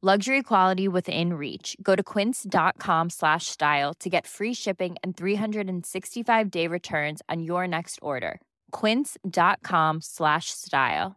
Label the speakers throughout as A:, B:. A: luxury quality within reach go to quince.com slash style to get free shipping and 365 day returns on your next order quince.com slash style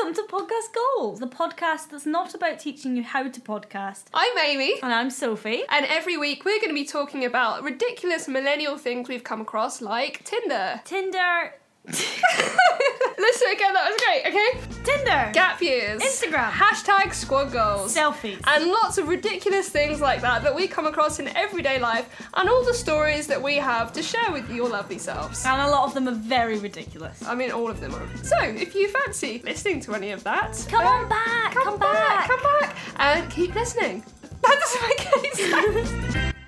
B: Welcome to Podcast Goals, the podcast that's not about teaching you how to podcast.
C: I'm Amy,
B: And I'm Sophie.
C: and every week we're going to be talking about ridiculous millennial things we've come across, like Tinder.
B: Tinder.
C: Let's do it again, that was great, okay?
B: Tinder.
C: Gap years.
B: Instagram.
C: Hashtag squad goals.
B: Selfies.
C: And lots of ridiculous things like that that we come across in everyday life, and all the stories that we have to share with your lovely selves.
B: And a lot of them are very ridiculous.
C: I mean, all of them are. So, if you fancy listening to any of that,
B: Come
C: uh,
B: on back,
C: come,
B: come back.
C: back, come back, and keep listening. That doesn't make any sense.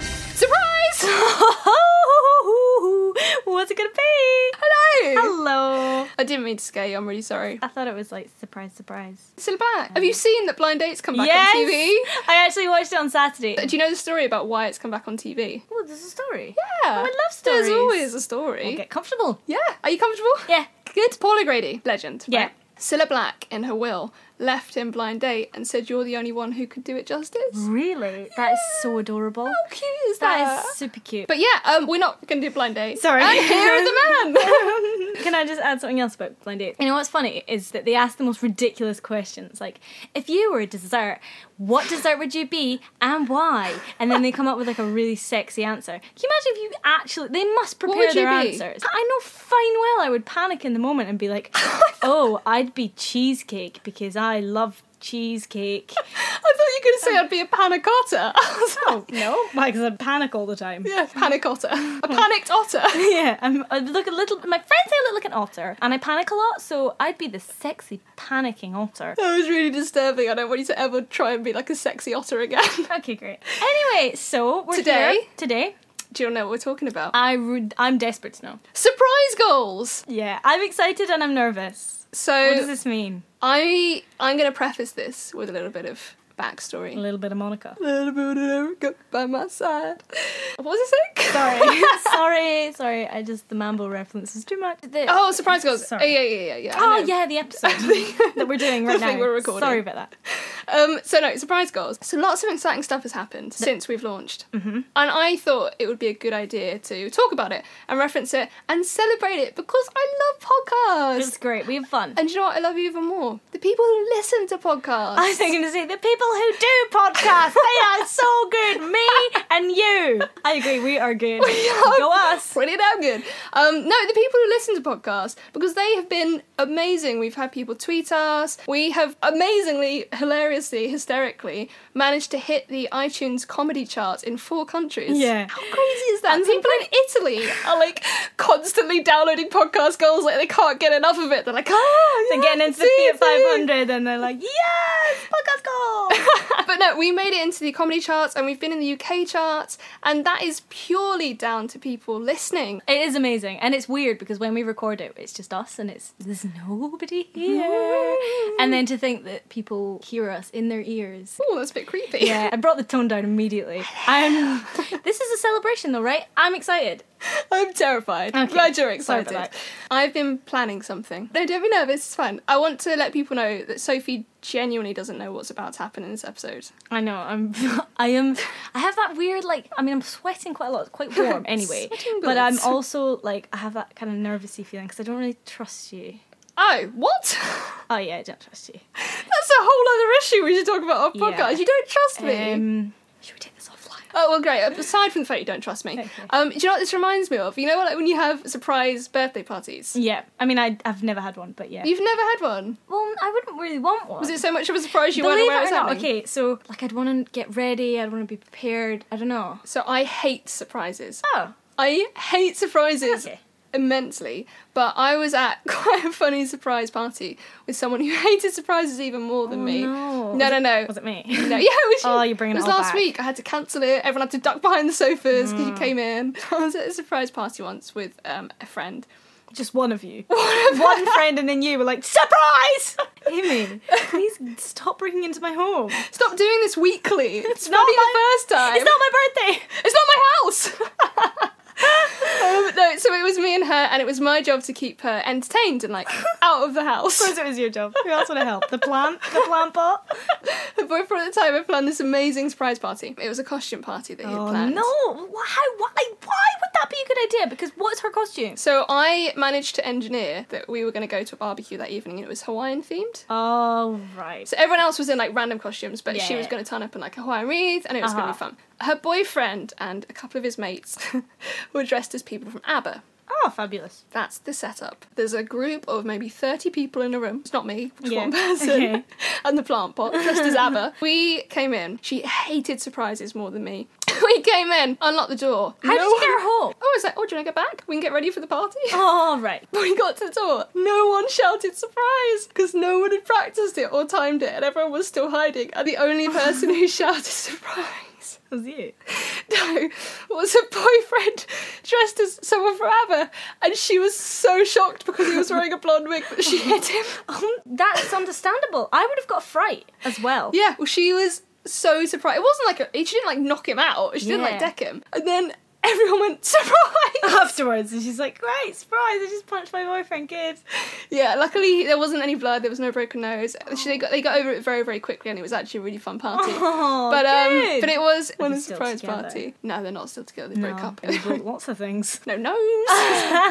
C: Surprise!
B: What's it gonna be?
C: Hello!
B: Hello.
C: I didn't mean to scare you, I'm really sorry.
B: I thought it was like surprise, surprise.
C: Still back. Have you seen that Blind Date's come back on TV?
B: I actually watched it on Saturday.
C: Do you know the story about why it's come back on TV?
B: Oh, there's a story.
C: Yeah.
B: I love stories.
C: There's always a story.
B: Get comfortable.
C: Yeah. Are you comfortable?
B: Yeah.
C: Good. Paula Grady, legend.
B: Yeah.
C: Right? Cilla Black, in her will, left him blind date and said, You're the only one who could do it justice.
B: Really? That is so adorable.
C: How cute is that?
B: That is super cute.
C: But yeah, um, we're not going to do blind date.
B: Sorry.
C: And here is the man.
B: Can I just add something else about blind dates? You know what's funny is that they ask the most ridiculous questions, like if you were a dessert, what dessert would you be and why? And then they come up with like a really sexy answer. Can you imagine if you actually? They must prepare
C: would you
B: their
C: be?
B: answers. I know fine well I would panic in the moment and be like, oh, I'd be cheesecake because I love cheesecake.
C: I thought you were going to say I'd be a panic otter. I was like,
B: no, because I panic all the time.
C: Yeah, panic otter. A panicked otter.
B: Yeah, I'm, I look a little. My friends say I look like an otter, and I panic a lot, so I'd be the sexy panicking otter.
C: That was really disturbing. I don't want you to ever try and be like a sexy otter again.
B: Okay, great. Anyway, so we're
C: Today?
B: here today.
C: Do you know what we're talking about?
B: I re- I'm desperate to know.
C: Surprise goals.
B: Yeah, I'm excited and I'm nervous. What does
C: So
B: this mean?
C: I I'm gonna preface this with a little bit of backstory.
B: A little bit of Monica.
C: A little bit of Erica by my side. What was it?
B: Sorry, sorry, sorry. I just the Mambo reference is too much. The-
C: oh, surprise goals.
B: Sorry.
C: Oh, yeah, yeah, yeah, yeah. I
B: Oh,
C: know.
B: yeah, the episode that we're doing right
C: The
B: now.
C: thing we're recording.
B: Sorry about that.
C: Um, so no, surprise goals. So lots of exciting stuff has happened since we've launched, mm-hmm. and I thought it would be a good idea to talk about it and reference it and celebrate it because I love podcasts.
B: It's great. We have fun.
C: And do you know what I love even more? The people who listen to podcasts.
B: I was going to say the people who do podcasts. they are so good. Me and you. I agree. We are good. Go us.
C: Pretty damn good. Um, no, the people who listen to podcasts because they have been amazing. We've had people tweet us. We have amazingly, hilariously, hysterically managed to hit the iTunes comedy charts in four countries.
B: Yeah.
C: How crazy is that? And people in Italy are like constantly downloading podcast goals, like they can't get enough of it. They're like, oh,
B: They're
C: yeah,
B: getting into the
C: see,
B: Fiat
C: see."
B: 500 and they're like, yes, podcast goal.
C: but no, we made it into the comedy charts and we've been in the UK charts, and that is purely down to people listening.
B: It is amazing, and it's weird because when we record it, it's just us, and it's there's nobody here. and then to think that people hear us in their ears.
C: Oh, that's a bit creepy.
B: Yeah, I brought the tone down immediately. I'm. This is a celebration, though, right? I'm excited.
C: I'm terrified. I'm
B: Okay.
C: glad you're
B: Sorry
C: excited.
B: about that.
C: I've been planning something. No, don't be nervous, it's fine. I want to let people know that Sophie genuinely doesn't know what's about to happen in this episode.
B: I know. I'm. I am. I have that weird like. I mean, I'm sweating quite a lot. It's quite warm anyway.
C: Sweating
B: but I'm
C: bullets.
B: also like. I have that kind of nervousy feeling because I don't really trust you.
C: Oh, what?
B: Oh yeah, I don't trust you.
C: That's That's a whole other issue we should talk about off podcast.
B: Yeah.
C: You don't trust me.
B: Um, should we take this offline?
C: Oh well, great. Aside from the fact you don't trust me, um, do you know what this reminds me of? You know, like when you have surprise birthday parties.
B: Yeah, I mean, I, I've never had one, but yeah.
C: You've never had one.
B: well, I wouldn't really want one.
C: Was it so much of a surprise you weren't
B: Believe it
C: aware it
B: or
C: was
B: not,
C: happening?
B: okay, so like I'd want to get ready, I'd want to be prepared. I don't know.
C: So I hate surprises.
B: Oh,
C: I hate surprises
B: Okay.
C: immensely. But I was at quite a funny surprise party with someone who hated surprises even more than me.
B: Oh, no.
C: no, no, no.
B: was it me?
C: No, yeah, it was you.
B: Oh, you're bringing
C: it was
B: it all
C: last
B: back. Mm.
C: week. I had to cancel it. Everyone had to duck behind the sofas because you came in. I was at a surprise party once with um, a friend.
B: Just one of you. one friend, and then you were like, surprise! Amy, please stop breaking into my home.
C: Stop doing this weekly. It's
B: not
C: not the
B: my-
C: first time.
B: It's not my birthday!
C: It's not my house. um, no, so it was me and her, and it was my job to keep her entertained and like out of the house.
B: suppose it was your job. Who else would have helped? The plant? The plant pot?
C: Her boyfriend at the time had planned this amazing surprise party. It was a costume party that he had planned.
B: Oh, no! Wh- How? Why? Why would that be a good idea? Because what's her costume?
C: So I managed to engineer that we were going to go to a barbecue that evening, and it was Hawaiian themed.
B: Oh right.
C: So everyone else was in like random costumes, but she
B: Yeah.
C: was going to turn up in like a Hawaiian wreath, and it was going
B: Uh-huh.
C: to be fun. Her boyfriend and a couple of his mates were dressed as people from ABBA.
B: Oh, fabulous.
C: That's the setup. There's a group of maybe 30 people in a room. It's not me, it's
B: Yeah.
C: one person.
B: Okay.
C: And the plant pot, dressed as ABBA. We came in. She hated surprises more than me. we came in, unlocked the door.
B: How did you get her
C: one-
B: home?
C: Oh, I was like, oh, do you want to get back? We can get ready for the party.
B: Oh right.
C: We got to the door. No one shouted surprise because no one had practiced it or timed it, and everyone was still hiding. And the only person who shouted surprise
B: It was you.
C: no, was a boyfriend dressed as someone from ABBA, and she was so shocked because he was wearing a blonde wig that she hit him.
B: Um, that's understandable. I would have got a fright as well.
C: Yeah, well, she was so surprised. It wasn't like a, she didn't like knock him out. She didn't
B: Yeah.
C: like deck him, and then everyone went surprise.
B: Afterwards, and she's like, "Great surprise! I just punched my boyfriend, kid."
C: yeah, luckily there wasn't any blood. There was no broken nose. She, they got they got over it very very quickly, and it was actually a really fun party.
B: Oh,
C: but um,
B: good.
C: but it was
B: Are
C: when
B: they
C: a
B: still
C: surprise
B: together?
C: party. No, they're not still together. They
B: No,
C: broke up.
B: it was lots of things.
C: No nose.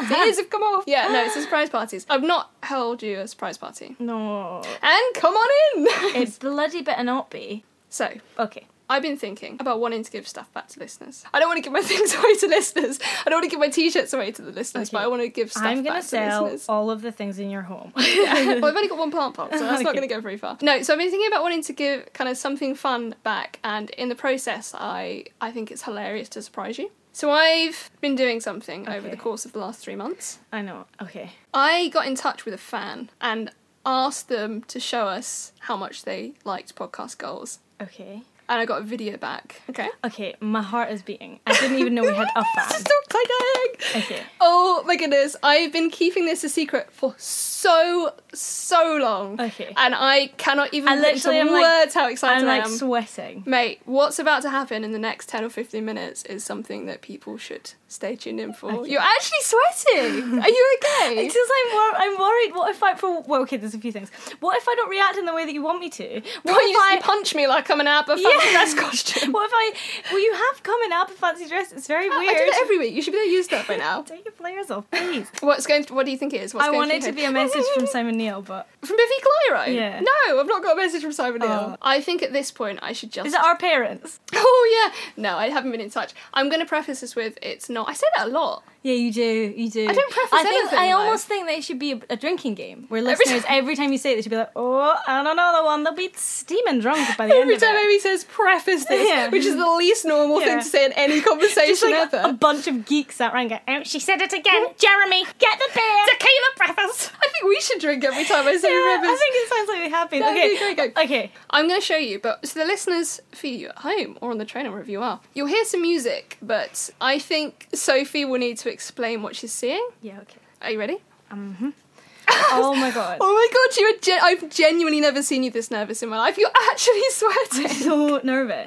C: The ears have come off. Yeah, no, it's a surprise parties. I've not held you a surprise party.
B: No,
C: And come on in.
B: it's bloody better not be.
C: so,
B: Okay.
C: I've been thinking about wanting to give stuff back to listeners. I don't want to give my things away to listeners. I don't want to give my t-shirts away to the listeners,
B: Okay.
C: but I want to give stuff
B: I'm
C: back
B: gonna
C: to
B: sell
C: listeners.
B: all of the things in your home.
C: well, I've only got one plant pot, so that's not
B: Okay.
C: going to go very far. No, so I've been thinking about wanting to give kind of something fun back, and in the process, I I think it's hilarious to surprise you. So I've been doing something over
B: Okay.
C: the course of the last three months.
B: I know. Okay.
C: I got in touch with a fan and asked them to show us how much they liked podcast goals.
B: Okay.
C: And I got a video back. Okay.
B: Okay. My heart is beating. I didn't even know we had a fan.
C: Stop clicking!
B: Okay.
C: Oh my goodness, I've been keeping this a secret for so, so long.
B: Okay.
C: And I cannot even
B: I
C: put into
B: literally am, like-
C: words how excited
B: I'm
C: I
B: like
C: am.
B: sweating.
C: Mate, what's about to happen in the next 10 or 15 minutes is something that people should stay tuned in for.
B: Okay.
C: You're actually sweating! Are you okay?
B: Because I'm, wor- I'm worried. What if I for well, okay, there's a few things. What if I don't react in the way that you want me to? What
C: Why you,
B: if I?
C: just punch me like I'm an ABBA fan
B: Yeah.
C: dress costume?
B: What if I? Well, you have come in up a fancy dress. It's very weird.
C: I do it every week. You should be able to use that by now.
B: Take your flares off, please.
C: What's going? What do you think it is? What's
B: I
C: going
B: want
C: through
B: it to
C: your
B: be a
C: head?
B: message from Simon Neil, but
C: from Biffy Clyro.
B: Yeah.
C: No, I've not got a message from Simon Neil.
B: Oh.
C: I think at this point I should just.
B: is it our parents?
C: oh yeah. No, I haven't been in touch. I'm going to preface this with it's not. I say that a lot.
B: Yeah, you do. You do. I
C: don't preface
B: I think
C: anything,
B: I
C: though.
B: almost think that it should be a, a drinking game where
C: Every
B: listeners
C: time-
B: every time you say it, they should be like, "Oh, and another one." They'll be steaming drunk by the end
C: Every
B: of
C: time
B: it.
C: Amy says preface this,
B: Yeah.
C: which is the least normal
B: Yeah.
C: thing to say in any
B: Just
C: conversation
B: like a
C: ever.
B: bunch of geeks sat around going, "Oh, she said it again." Jeremy, get the beer. Tequila breakfast.
C: I think we should drink every time I say
B: Yeah,
C: preface.
B: I think it sounds like we have been.
C: No,
B: okay,
C: okay, okay,
B: okay.
C: I'm going to show you, but to the listeners for you at home or on the train or wherever you are, you'll hear some music, but I think Sophie will need to explain what she's seeing.
B: Yeah, okay.
C: Are you ready?
B: Oh my god.
C: Oh my god, you are gen- I've genuinely never seen you this nervous in my life. You're actually
B: I'm
C: sweating.
B: so nervous.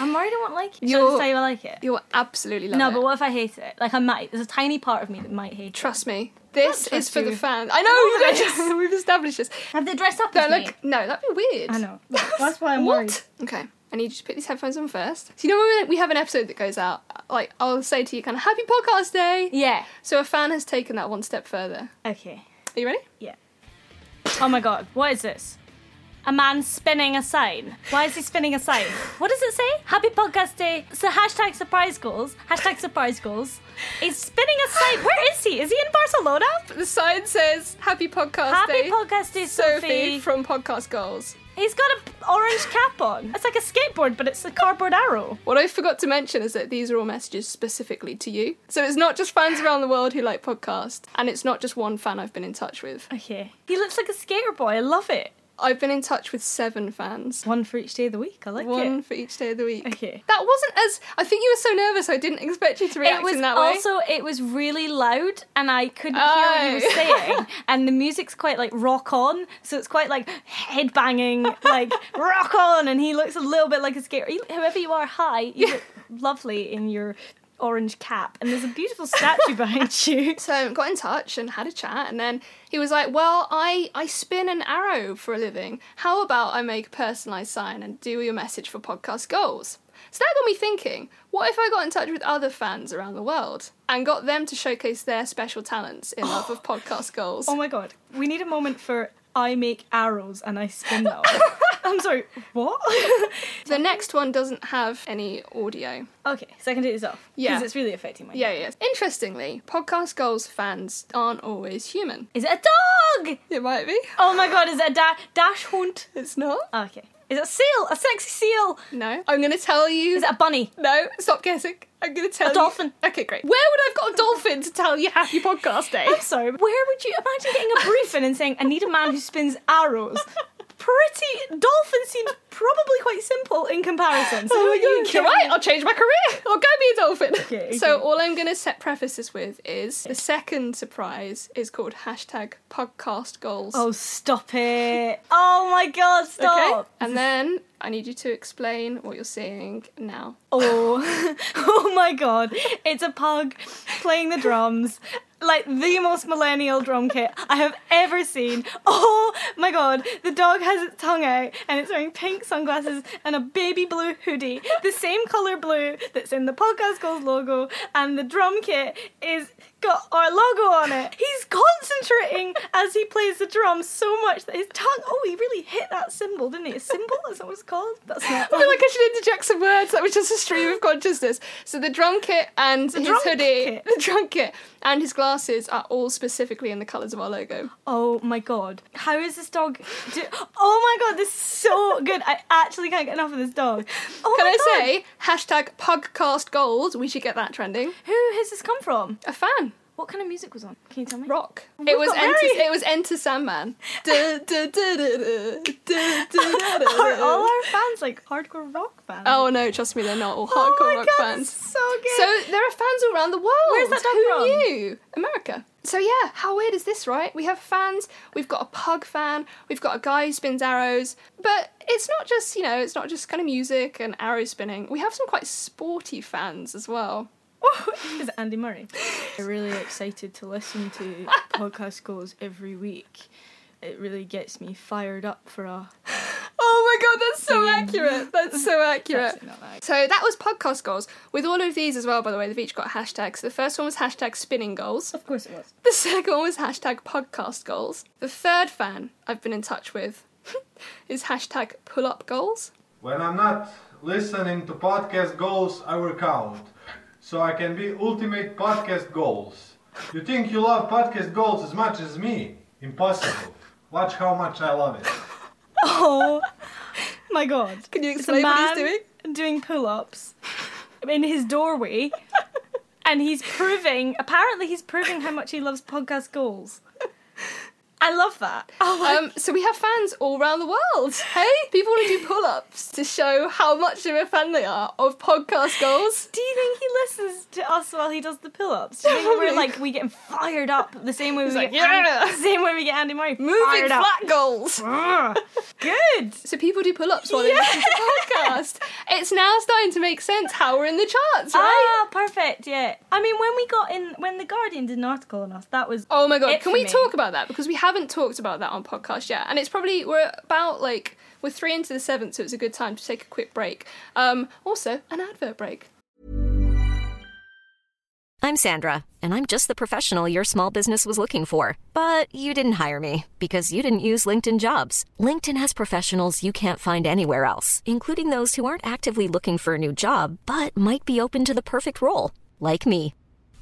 B: I'm worried I won't like it. Should I
C: You're-
B: just tell you I like it?
C: You're absolutely loving
B: No,
C: it.
B: but what if I hate it? Like I might. There's a tiny part of me that might hate
C: Trust me, this
B: trust
C: is for the
B: you. Oh
C: fans. I know we've,
B: Love this.
C: we've established this.
B: it. Have they dressed up
C: No,
B: as me?
C: look, no, that'd be weird.
B: I know. That's why I'm
C: what?
B: worried.
C: Okay, I need you to put these headphones on first. So you know when we have an episode that goes out, like I'll say to you, kind of happy podcast day.
B: Yeah.
C: So a fan has taken that one step further.
B: Okay.
C: Are you ready?
B: Yeah. Oh my god. What is this? a man spinning a sign. Why is he spinning a sign? What does it say? Happy podcast day. So hashtag surprise goals. Hashtag surprise goals. He's spinning a sign. Where is he? Is he in Barcelona?
C: The sign says "Happy Podcast Day."
B: Happy podcast day,
C: Sophie,
B: Sophie.
C: from Podcast Goals.
B: He's got an orange cap on. It's like a skateboard, but it's a cardboard arrow.
C: What I forgot to mention is that these are all messages specifically to you. So it's not just fans around the world who like podcasts, and it's not just one fan I've been in touch with.
B: Okay. He looks like a skater boy. I love it.
C: I've been in touch with seven fans.
B: One for each day of the week. I like
C: One
B: it.
C: for each day of the week.
B: Okay.
C: That wasn't as. I think you were so nervous, I didn't expect you to react
B: It was
C: in that way.
B: also it was really loud, and I couldn't hear what you
C: Oh.
B: were saying. and the music's quite like rock on, so it's quite like head banging, like rock on. And he looks a little bit like a skater. You- Whoever you are, hi, you look lovely in your orange cap, and there's a beautiful statue behind you.
C: so got in touch and had a chat and then he was like well i i spin an arrow for a living how about i make a personalized sign and do your message for podcast goals so that got me thinking what if i got in touch with other fans around the world and got them to showcase their special talents in love of podcast goals
B: Oh my god, we need a moment for I make arrows and I spin them. I'm sorry, what?
C: the next one doesn't have any audio
B: okay, so I can do this off.
C: Yeah.
B: Because it's really affecting my
C: yeah yeah interestingly podcast goals fans aren't always human
B: Is it a dog?
C: it might be
B: Oh my god, is it a da- dash hunt?
C: it's not
B: Okay. Is it a seal? A sexy seal?
C: no i'm gonna tell you
B: Is it a bunny?
C: No, stop guessing. I'm going to tell you.
B: dolphin.
C: Okay, great. Where would I have got a dolphin to tell you happy podcast day?
B: I'm sorry, where would you imagine getting a briefing and saying, I need a man who spins arrows? Pretty dolphin seems probably quite simple in comparison. So
C: Oh my
B: who are you
C: God. You're
B: kidding?
C: right, I'll change my career. I'll go be a dolphin.
B: Okay,
C: So,
B: okay.
C: all I'm going to set preface this with is the second surprise is called hashtag podcast goals.
B: Oh, stop it. Oh my god, stop.
C: okay. And then I need you to explain what you're seeing now.
B: Oh, oh my god. It's a pug playing the drums. Like the most millennial drum kit I have ever seen. Oh my god, the dog has its tongue out and it's wearing pink sunglasses and a baby blue hoodie, the same colour blue that's in the podcast goals logo, and the drum kit is got our logo on it. He's concentrating as he plays the drums so much that his tongue oh he really hit that symbol, didn't he? A symbol? Is that what it's called? That's not
C: I feel like I should interject some words. That was just a stream of consciousness. So the drum kit and his
B: drum
C: hoodie,
B: kit.
C: the drum kit and his glasses are all specifically in the colours of our logo.
B: Oh my god. How is this dog do- Oh my god, this is so good. I actually can't get enough of this dog. Oh
C: Can
B: my
C: I
B: god.
C: say hashtag podcast goals? We should get that trending.
B: who has this come from?
C: A fan
B: What kind of music was on? Can you tell me?
C: rock.
B: We've
C: it was
B: got
C: enter,
B: very-
C: it was Enter Sandman. Du- du- du- du- du- du- du- du-
B: Are all
C: du.
B: our fans like hardcore rock fans?
C: Oh no, trust me, they're not all hardcore
B: Oh my
C: rock
B: god,
C: fans.
B: this is so good.
C: So there are fans all around the world.
B: Where's that dog
C: Who
B: from?
C: knew? America. So yeah, how weird is this, right? We have fans. We've got a pug fan. We've got a guy who spins arrows. But it's not just you know, it's not just kind of music and arrow spinning. We have some quite sporty fans as well.
B: is it Andy Murray? I'm really excited to listen to podcast goals every week. It really gets me fired up for a
C: Oh my god, that's so accurate. That's so accurate.
B: Actually not that.
C: So that was podcast goals. With all of these as well, by the way, they've each got hashtags. The first one was hashtag spinning goals.
B: Of course it was.
C: The second one was hashtag podcast goals. The third fan I've been in touch with is hashtag pull up goals.
D: When I'm not listening to podcast goals, I work out. So I can be ultimate podcast goals. You think you love podcast goals as much as me? Impossible. Watch how much I love it.
B: Oh my god.
C: Can you
B: It's
C: explain
B: a
C: what he's
B: man Doing pull ups in his doorway. and he's proving, apparently, he's proving how much he loves podcast goals. I love that. Oh my
C: Um, so we have fans all around the world. Hey, people want to do pull ups to show how much of a fan they are of podcast goals.
B: do you think he listens to us while he does the pull ups? Do you
C: Oh
B: think we're like we getting fired up the same way we
C: like,
B: get An-
C: "Yeah."
B: the same way we get Andy Murray
C: Moving
B: fired up? Ah,
C: flat goals.
B: Good.
C: So people do pull ups while they listen to the podcast. It's now starting to make sense how we're in the charts, right?
B: Ah, perfect. Yeah. I mean, when we got in, when the Guardian did an article on us, that was
C: oh my god,
B: it
C: can
B: for
C: we
B: me.
C: talk about that? Because we haven't talked about that on podcast yet. And it's probably, we're about like, we're three into the seventh, so it's a good time to take a quick break. Um, also, an advert break.
E: I'm Sandra, and I'm just the professional your small business was looking for. But you didn't hire me because you didn't use LinkedIn jobs. LinkedIn has professionals you can't find anywhere else, including those who aren't actively looking for a new job but might be open to the perfect role, like me.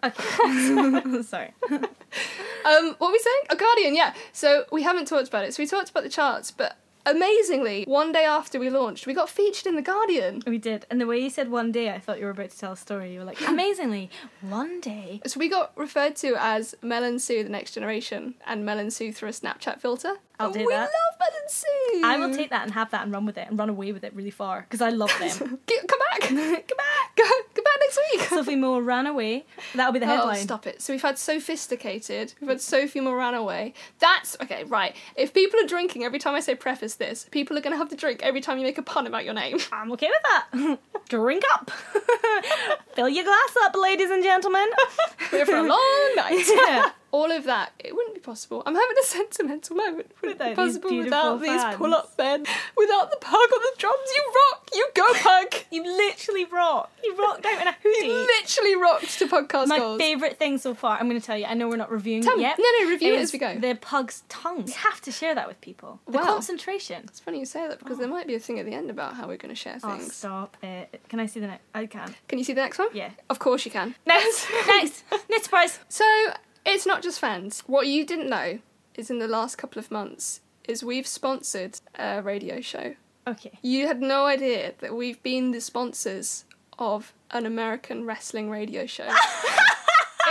B: Okay. Sorry.
C: Um, what were we saying? A Guardian, yeah. So we haven't talked about it. So we talked about the charts, but amazingly, one day after we launched, we got featured in the Guardian.
B: We did. And the way you said one day, I thought you were about to tell a story. You were like, amazingly, one day.
C: So we got referred to as Mel and Sue, the next generation, and Mel and Sue through a Snapchat filter.
B: I'll do
C: we
B: that.
C: love Mel and Sue.
B: I will take that and have that and run with it and run away with it really far because I love them.
C: G- come back. come back. come back next week.
B: Sophie Moore ran away. That'll be the
C: Oh,
B: headline.
C: stop it. So we've had sophisticated, we've had Sophie Moranaway. That's okay, right. If people are drinking every time I say preface this, people are gonna have to drink every time you make a pun about your name.
B: I'm okay with that. Drink up. Fill your glass up, ladies and gentlemen.
C: We're for a long night.
B: Yeah.
C: All of that, it wouldn't be possible. I'm having a sentimental moment. Wouldn't it be
B: Without these
C: possible
B: beautiful
C: without these
B: fans.
C: pull up men, without the pug on the drums. You rock, you go pug.
B: You literally rock. You rocked out in a hoodie.
C: you literally rocked to podcast
B: My
C: goals.
B: favourite thing so far, I'm going to tell you, I know we're not reviewing
C: Tell
B: it
C: me.
B: yet.
C: No, no, review it
B: is
C: as we go.
B: The pug's tongue. You have to share that with people. The
C: Wow.
B: concentration.
C: It's funny you say that because there might be a thing at the end about how we're going to share
B: Oh,
C: things.
B: stop it. Can I see the next? I can.
C: Can you see the next one?
B: Yeah.
C: Of course you can.
B: Next. next. Next surprise.
C: So it's not just fans. What you didn't know is in the last couple of months is we've sponsored a radio show.
B: Okay.
C: You had no idea that we've been the sponsors of an American wrestling radio show in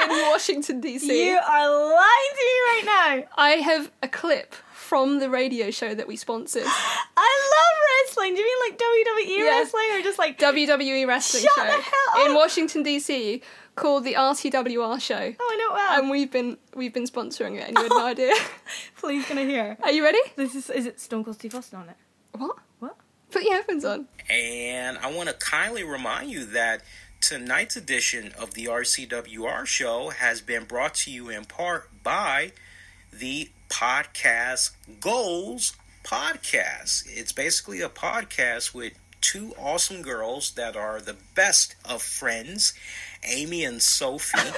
C: Washington DC.
B: You are lying to me right now.
C: I have a clip from the radio show that we sponsored.
B: I love wrestling. Do you mean like WWE
C: Yeah.
B: wrestling or just like
C: WWE E wrestling
B: Shut
C: show
B: the hell
C: in
B: up.
C: Washington DC called the RTWR show.
B: Oh, I know it well.
C: And we've been we've been sponsoring it and you had no idea.
B: Please, can I hear?
C: Are you ready?
B: This is is it Stone Cold Steve Austin on it?
C: What?
B: What?
C: Put your headphones on.
F: And I want to kindly remind you that tonight's edition of the RCWR show has been brought to you in part by the Podcast Goals Podcast. It's basically a podcast with two awesome girls that are the best of friends, Amy and Sophie.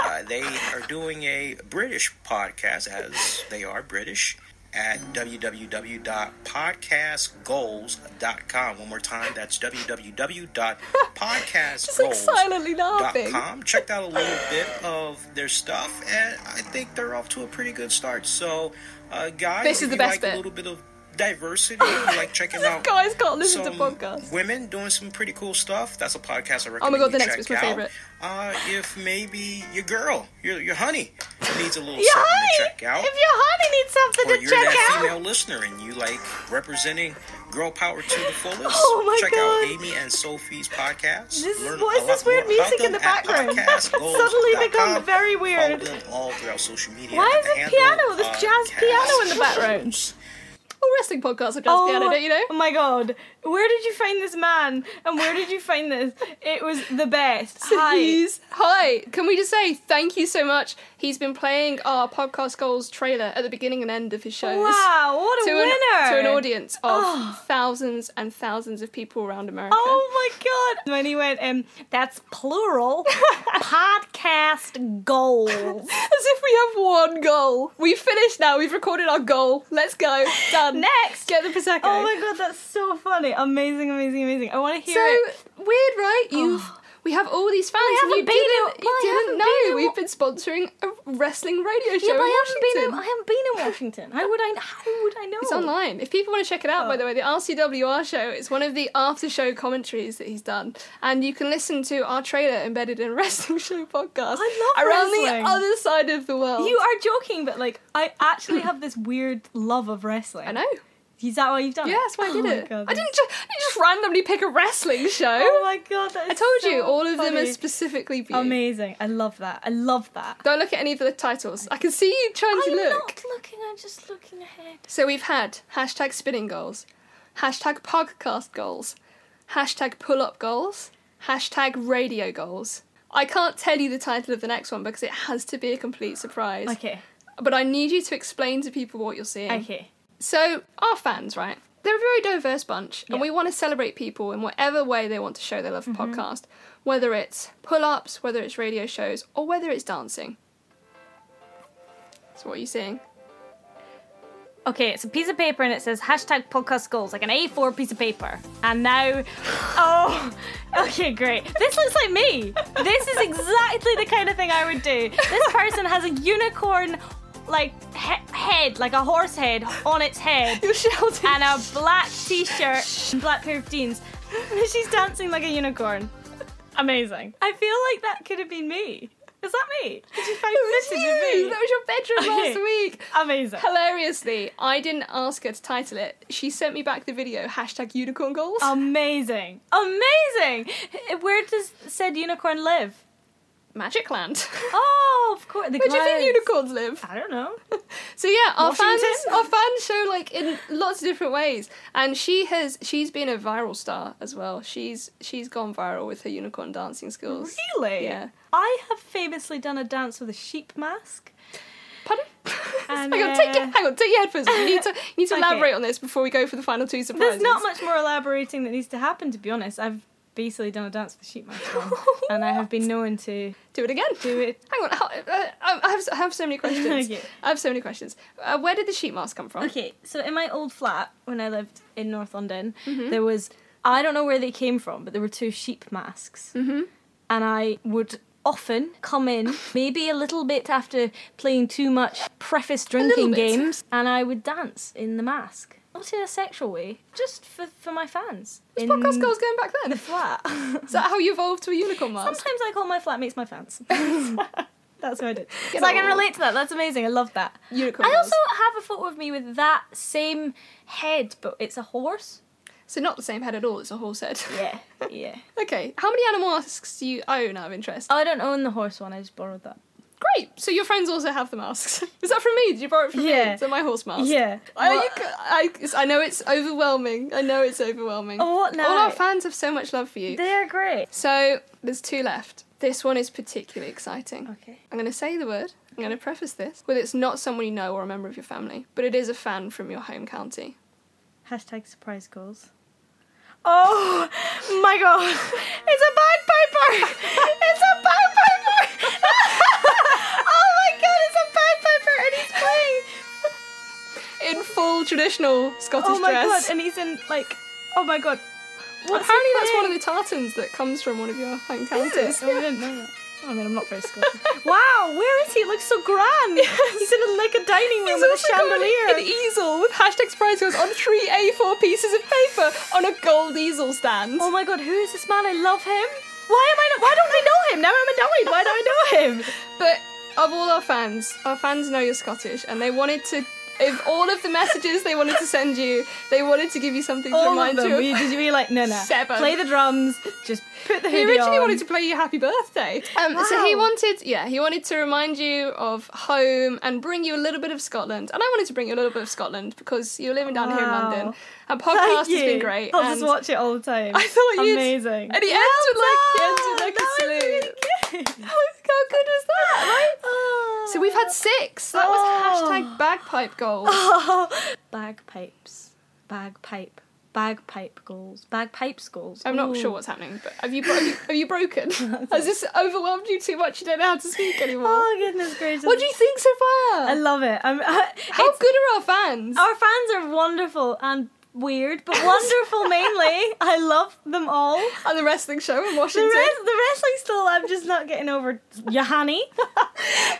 F: uh, they are doing a British podcast, as they are British, at www.podcastgoals.com. One more time, that's
C: Just like silently laughing.
F: www.podcastgoals.com. Checked out a little bit of their stuff, and I think they're off to a pretty good start. So, uh, guys,
C: This is
F: if
C: the
F: you
C: best
F: like
C: bit.
F: a little bit of diversity, you like checking out
C: Guys can't listen to
F: some
C: podcasts.
F: Women doing some pretty cool stuff. That's a podcast I recommend.
C: Oh my God,
F: you
C: the next
F: check
C: bit's my
F: out.
C: favorite.
F: Uh, if maybe your girl, your your honey, needs a little
B: Yeah,
F: something to
B: honey.
F: check out,
B: If your honey needs something
F: or
B: to
F: you're
B: check
F: that
B: out.
F: female listener and you like representing girl power to the fullest,
B: Oh my
F: check
B: God.
F: out Amy and Sophie's podcast.
B: This is-
F: Learn
B: what is
F: a
B: this
F: lot
B: weird
F: more about
B: music in
F: them
B: the
F: at
B: background?
F: podcastgoals.com.
B: Suddenly become very
F: Follow
B: weird.
F: them all throughout social media.
B: Why
F: at
B: is
F: the
B: it
F: handle
B: piano? There's jazz piano in the
F: podcast
B: background.
F: goals.
C: All wrestling podcasts are just piano, don't you know?
B: Oh my god. Where did you find this man? And where did you find this? It was the best. Hi.
C: Please. Hi. Can we just say thank you so much? He's been playing our podcast goals trailer at the beginning and end of his shows.
B: Wow, what a
C: to
B: winner.
C: An, to an audience audience of thousands and thousands of people around America.
B: Oh my god! When he went, um, that's plural. podcast goals.
C: As if we have one goal. We've finished now. We've recorded our goal. Let's go. Done.
B: Next.
C: Get the prosecco.
B: Oh my god, that's so funny! Amazing, amazing, amazing. I want to hear
C: So
B: it. Oh.
C: weird, right? You've we have all these fans.
B: I
C: and you
B: haven't been in-
C: didn't, you
B: well, I
C: didn't
B: haven't
C: know
B: been in
C: we've
B: wa-
C: been sponsoring a wrestling radio show.
B: Yeah,
C: in
B: but I haven't been.
C: Washington.
B: In, I haven't been in Washington. How would I? How would I know?
C: It's online. If people want to check it out,
B: Oh.
C: by the way, the RCWR show is one of the after-show commentaries that he's done, and you can listen to our trailer embedded in Wrestling Show podcast
B: I love
C: around
B: wrestling.
C: the other side of the world.
B: You are joking, but like, I actually have this weird love of wrestling.
C: I know.
B: Is that why you've done
C: Yeah,
B: it?
C: that's why I
B: Oh
C: did
B: my
C: it.
B: God,
C: I
B: that's-
C: didn't just, I didn't just randomly pick a wrestling show.
B: Oh my god! That is
C: I told you,
B: so
C: all of them
B: funny.
C: are specifically for you.
B: amazing. I love that. I love that.
C: Don't look at any of the titles. I can see you trying to
B: I'm
C: look.
B: not looking. I'm just looking ahead.
C: So we've had hashtag spinning goals, hashtag podcast goals, hashtag pull up goals, hashtag radio goals. I can't tell you the title of the next one because it has to be a complete surprise.
B: Okay.
C: But I need you to explain to people what you're seeing.
B: Okay.
C: So, our fans, right? They're a very diverse bunch, and
B: Yeah. Mm-hmm.
C: we want to celebrate people in whatever way they want to show their love for podcast, whether it's pull ups, whether it's radio shows, or whether it's dancing. So, what are you seeing?
B: Okay, it's a piece of paper and it says hashtag podcast goals, like an A4 piece of paper. And now, oh, okay, great. This looks like me. This is exactly the kind of thing I would do. This person has a unicorn, like, he- head, like a horse head on its head.
C: You're shouting.
B: And a black t shirt and black pair of jeans. She's dancing like a unicorn. Amazing. I feel like that could have been me. Is that me? Did you find
C: It was
B: footage
C: you.
B: of me?
C: That was your bedroom
B: Okay.
C: last week.
B: Amazing.
C: Hilariously, I didn't ask her to title it. She sent me back the video hashtag unicorn goals.
B: Um, Amazing. Amazing. Where does said unicorn live?
C: Magic land.
B: Oh, of course. The
C: Where do you think
B: clouds.
C: unicorns live?
B: I don't know.
C: So yeah, our fans,
B: Uh, Washington?
C: our fans show like in lots of different ways, and she has she's been a viral star as well. She's she's gone viral with her unicorn dancing skills.
B: Really?
C: Yeah.
B: I have famously done a dance with a sheep mask.
C: Pardon?
B: And,
C: hang on, take your,
B: uh,
C: hang on, take your headphones. off. You need to you need to
B: Okay.
C: elaborate on this before we go for the final two
B: There's
C: surprises.
B: not much more elaborating that needs to happen, to be honest. I've basically done a dance with a sheep mask on, and I have been known to
C: Do it again.
B: do it.
C: Hang on, how, uh, I, I have, I have so many questions.
B: Okay.
C: I have so many questions. Uh, where did the sheet mask come from?
B: Okay, so in my old flat when I lived in North London, there was I don't know where they came from, but there were two sheep masks, mm-hmm. and I would often come in maybe a little bit after playing too much preface drinking
C: bit.
B: games, and I would dance in the mask, not in a sexual way, just for for my fans.
C: Was
B: in
C: podcast girls going back then?
B: the flat.
C: Is that how you evolved to a unicorn mask?
B: Sometimes I call my flatmates my fans. That's what I did.
C: Get
B: so I can
C: old.
B: relate to that. That's amazing. I love that.
C: Unicorn
B: I also
C: mask.
B: have a photo of me with that same head, but it's a horse.
C: So not the same head at all. It's a horse head.
B: Yeah, yeah.
C: okay. How many animal masks do you own out of interest? Uh,
B: Oh, I don't own the horse one. I just borrowed that.
C: Great. So your friends also have the masks. Is that from me? Did you borrow it from me?
B: Yeah.
C: Is that my horse mask?
B: Yeah.
C: I, you, c- I, it's- I know it's overwhelming. I know it's overwhelming.
B: Oh, what
C: All our
B: now?
C: fans have so much love for you.
B: They're great.
C: So there's two left. This one is particularly exciting.
B: Okay.
C: I'm going to say the word. I'm going to preface this with it's not someone you know or a member of your family, but it is a fan from your home county.
B: Hashtag surprise goals. Oh my god! It's a bagpiper! It's a bagpiper! oh my god! It's a bagpiper, and he's playing.
C: In full traditional Scottish
B: Oh my
C: dress.
B: god! And he's in like. Oh my god. What's he
C: Apparently, that's one of
B: playing?
C: the tartans that comes from one of your home counties.
B: Is it? Oh, I didn't know that. I mean, I'm not very Scottish. wow, where is he? He looks so grand. He's in a, like a dining room with
C: He's
B: a
C: also got
B: chandelier.
C: An easel with hashtag surprise goes on three A4 pieces of paper on a gold easel stand.
B: Oh my god, who is this man? I love him. Why am I? Not, why don't I know him? Now I'm annoyed. Why don't I know him?
C: But of all our fans, our fans know you're Scottish, and they wanted to. If all of the messages they wanted to send you, they wanted to give you something to
B: All of
C: remind
B: them.
C: you of.
B: We, did you be like, no, no.
C: Seven.
B: Play the drums. Just put the
C: He
B: hoodie
C: originally
B: on.
C: wanted to play you happy birthday. Um, So he
B: Wow.
C: wanted, yeah, he wanted to remind you of home and bring you a little bit of Scotland. And I wanted to bring you a little bit of Scotland because you're living down here in
B: Wow.
C: London. And
B: Thank
C: podcast has been
B: you.
C: great.
B: I'll
C: and
B: just watch it all the time.
C: I thought you'd.
B: amazing.
C: And he ends with like, he ends with like
B: That
C: a
B: was
C: salute.
B: really good.
C: How how good was that, right?
B: Oh.
C: So we've had six. That was
B: Oh.
C: hashtag bagpipe goals.
B: bagpipes. Bagpipe. Bagpipe goals. Bagpipes goals.
C: I'm not
B: Ooh.
C: sure what's happening, but have you bro- have you- have you broken? Has this overwhelmed you too much? You don't know how to speak anymore.
B: Oh, goodness gracious.
C: what do you think so
B: I
C: far?
B: love it. I'm, I,
C: How good are our fans?
B: Our fans are wonderful and weird, but wonderful mainly. I love them all.
C: and the wrestling show in
B: The,
C: Washington.
B: rest, the wrestling still, I'm just not getting over. Yahani.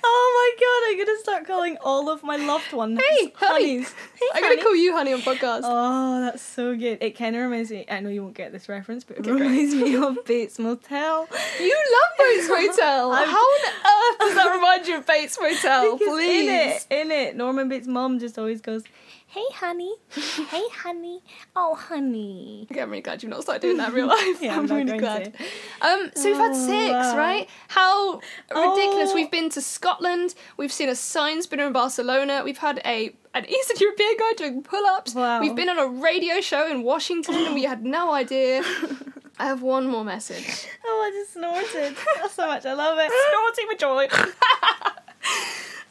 B: oh my god, I'm gonna start calling all of my loved ones
C: Hey, honey.
B: honeys.
C: I'm gonna call you honey on podcast.
B: Oh, that's so good. It kind of reminds me. I know you won't get this reference, but it reminds me of Bates Motel.
C: You love Bates Motel.
B: I'm-
C: How on earth does that remind you of Bates Motel?
B: Because
C: Please.
B: In it, Oh, in it, Norman Bates' mum just always goes, "Hey, honey. hey, honey. Oh, honey."
C: Okay, I'm really glad you've not started doing that in real life.
B: Yeah,
C: I'm,
B: I'm not
C: really
B: going
C: glad.
B: to. Oh,
C: Um, so we've had six,
B: wow.
C: right? How ridiculous!
B: Oh.
C: We've been to Scotland. We've seen a sign spinner in Barcelona. We've had a an Eastern European guy doing pull-ups.
B: Wow.
C: We've been on a radio show in Washington, and we had no idea. I have one more message.
B: Oh, I just snorted. That's so much. I love it. Snorting with joy.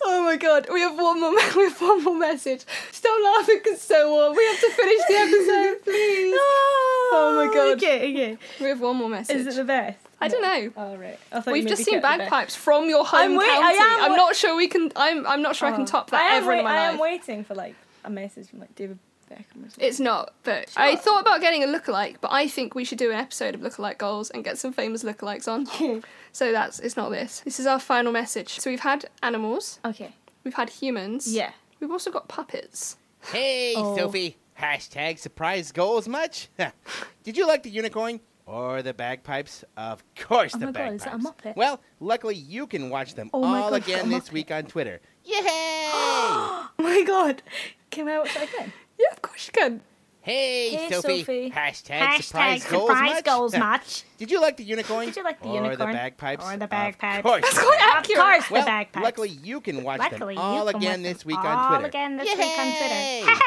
C: Oh my god, we have one more. We have one more message. Stop laughing, it's so warm. We have to finish the episode, please. oh my god,
B: Okay, okay.
C: we have one more message.
B: Is it the best?
C: I don't know.
B: All right. I thought you
C: We've
B: maybe
C: just seen
B: kept the best.
C: bagpipes from your home
B: I'm wait-
C: county.
B: I am
C: I'm
B: wait-
C: not sure we can. I'm. I'm not sure Uh, I can top that
B: I am
C: ever
B: wait-
C: in my
B: I
C: life.
B: am waiting for like a message from like David Beckham or something.
C: it's not, but I thought about getting a lookalike, but I think we should do an episode of lookalike goals and get some famous lookalikes on. so that's it's not this. This is our final message. So we've had animals,
B: Okay.
C: we've had humans.
B: Yeah.
C: We've also got puppets.
F: Hey,
B: Oh.
F: Sophie. Hashtag surprise goals much? Did you like the unicorn? Or the bagpipes? Of course
B: Oh
F: the
B: my God, is
F: bagpipes.
B: that a Muppet?
F: Well, luckily you can watch them
B: Oh my
F: all
B: God, is that
F: again
B: a
F: this
B: Muppet?
F: week on Twitter. Yay!
B: Oh my god. Can I watch that again?
C: Yeah, of course you can.
F: hey,
B: Hey,
F: Sophie.
B: Sophie.
F: Hashtag, surprise, goals much?
B: match.
F: Did you like the unicorn?
B: Did you like the
F: or
B: unicorn?
F: the bagpipes?
B: Or the
F: Of
B: bagpipes.
F: course.
C: That's quite accurate.
F: well, luckily you can watch them all again this week on Twitter.
B: All again this week on Twitter.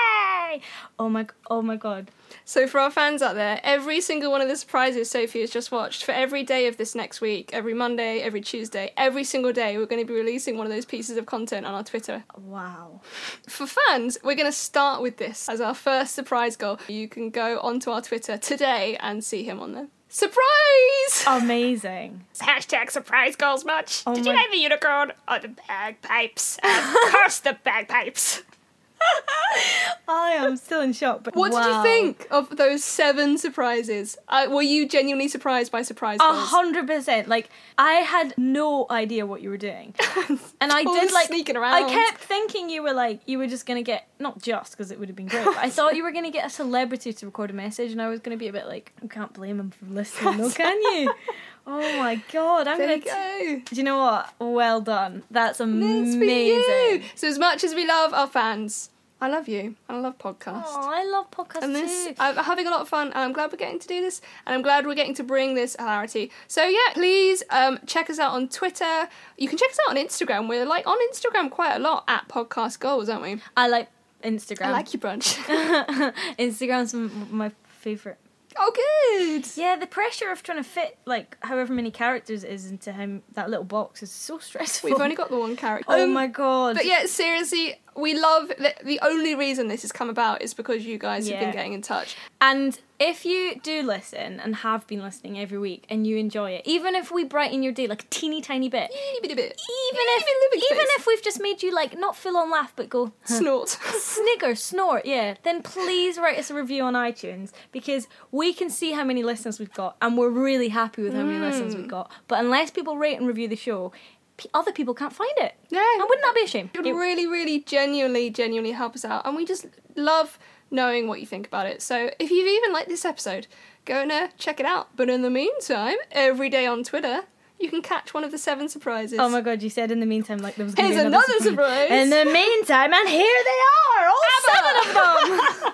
B: Hey! Oh my, oh my god.
C: So for our fans out there, every single one of the surprises Sophie has just watched for every day of this next week, every Monday, every Tuesday, every single day, we're going to be releasing one of those pieces of content on our Twitter.
B: Wow.
C: For fans, we're going to start with this as our first surprise goal. You can go onto our Twitter today and see him on there. Surprise!
B: Amazing.
C: Hashtag surprise goals much.
B: Did you Oh my- like
C: the unicorn or the bagpipes? Of course, the bagpipes.
B: I am still in shock. But
C: What did you
B: wow.
C: think of those seven surprises? Uh, were you genuinely surprised by surprise
B: A
C: goals?
B: hundred percent. Like I had no idea what you were doing, and I
C: Always
B: did like
C: sneaking
B: I
C: around.
B: kept thinking you were like you were just gonna get not just because it would have been great. But I thought you were gonna get a celebrity to record a message, and I was gonna be a bit like, you can't blame him for listening, no can you? Oh my god, I'm
C: There
B: gonna.
C: you go.
B: do you know what? Well done. That's
C: It's
B: amazing.
C: for you. So as much as we love our fans, I love you. and I love podcasts.
B: Oh, I love podcasts
C: And this,
B: too.
C: I'm having a lot of fun, and I'm glad we're getting to do this, and I'm glad we're getting to bring this hilarity. So yeah, please um, check us out on Twitter. You can check us out on Instagram. We're like on Instagram quite a lot at Podcast Goals, aren't we? Um,
B: I like Instagram.
C: I like you, brunch.
B: Instagram's m- my favorite.
C: oh, good.
B: Yeah, the pressure of trying to fit like however many characters it is into him that little box is so stressful.
C: We've only got the one character.
B: Oh
C: Um,
B: my god.
C: But yeah, seriously, we love that. The only reason this has come about is because you guys have
B: Yeah.
C: been getting in touch.
B: And if you do listen and have been listening every week and you enjoy it, even if we brighten your day like a teeny tiny bit, even
C: Teeny bitty bit.
B: if even if we've just made you like not full on laugh but go
C: Snort.
B: snigger snort, yeah, then please write us a review on iTunes because we can see how many listeners we've got and we're really happy with how many listeners
C: Mm.
B: we've got. But unless people rate and review the show, p- other people can't find it.
C: No.
B: and wouldn't that be a shame?
C: It
B: It-
C: would really, really genuinely, genuinely help us out. And we just love knowing what you think about it. So if you've even liked this episode, go and uh, check it out. But in the meantime, every day on Twitter, you can catch one of the seven surprises.
B: Oh my god, you said in the meantime, like there was gonna
C: Here's
B: be
C: another surprise.
B: In the meantime, and here they are, all seven of them.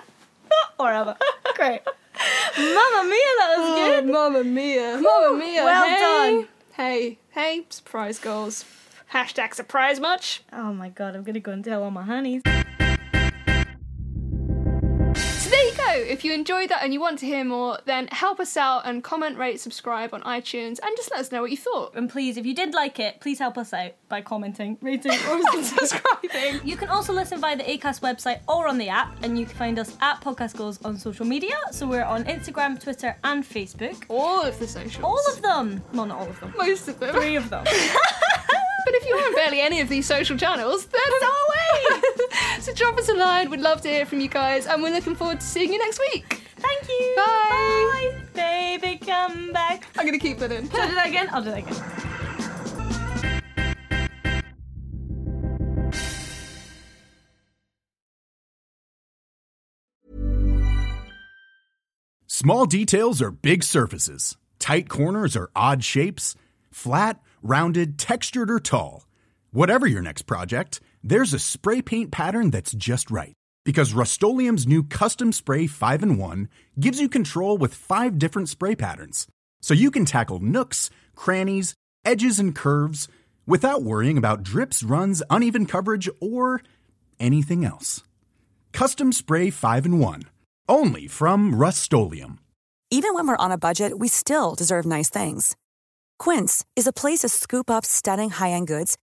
B: or ever. Great. Mamma mia, that was
C: Oh,
B: good.
C: Mamma mia. Mamma mia.
B: well
C: uh, hey.
B: done.
C: Hey, hey, surprise goals. Hashtag surprise much.
B: Oh my god, I'm gonna go and tell all my honeys.
C: So there you go. if you enjoyed that and you want to hear more, then help us out and comment, rate, subscribe on iTunes, and just let us know what you thought.
B: And please, if you did like it, please help us out by commenting, rating, or subscribing. You can also listen via the ACAST website or on the app, and you can find us at Podcast Goals on social media. So we're on Instagram, Twitter, and Facebook.
C: All of the socials.
B: All of them. No, not all of them.
C: Most of them.
B: Three of them.
C: But if you're on barely any of these social channels, then so away. so drop us a line. We'd love to hear from you guys, and we're looking forward to seeing you next week.
B: Thank you.
C: Bye.
B: Bye. Baby, come back.
C: I'm gonna keep that in.
B: Should I do that again? I'll do that again.
G: Small details are big surfaces. Tight corners are odd shapes. Flat, rounded, textured, or tall. Whatever your next project, there's a spray paint pattern that's just right. Because Rust new Custom Spray 5 in 1 gives you control with five different spray patterns. So you can tackle nooks, crannies, edges, and curves without worrying about drips, runs, uneven coverage, or anything else. Custom Spray 5 in 1. Only from Rust
H: Even when we're on a budget, we still deserve nice things. Quince is a place to scoop up stunning high-end goods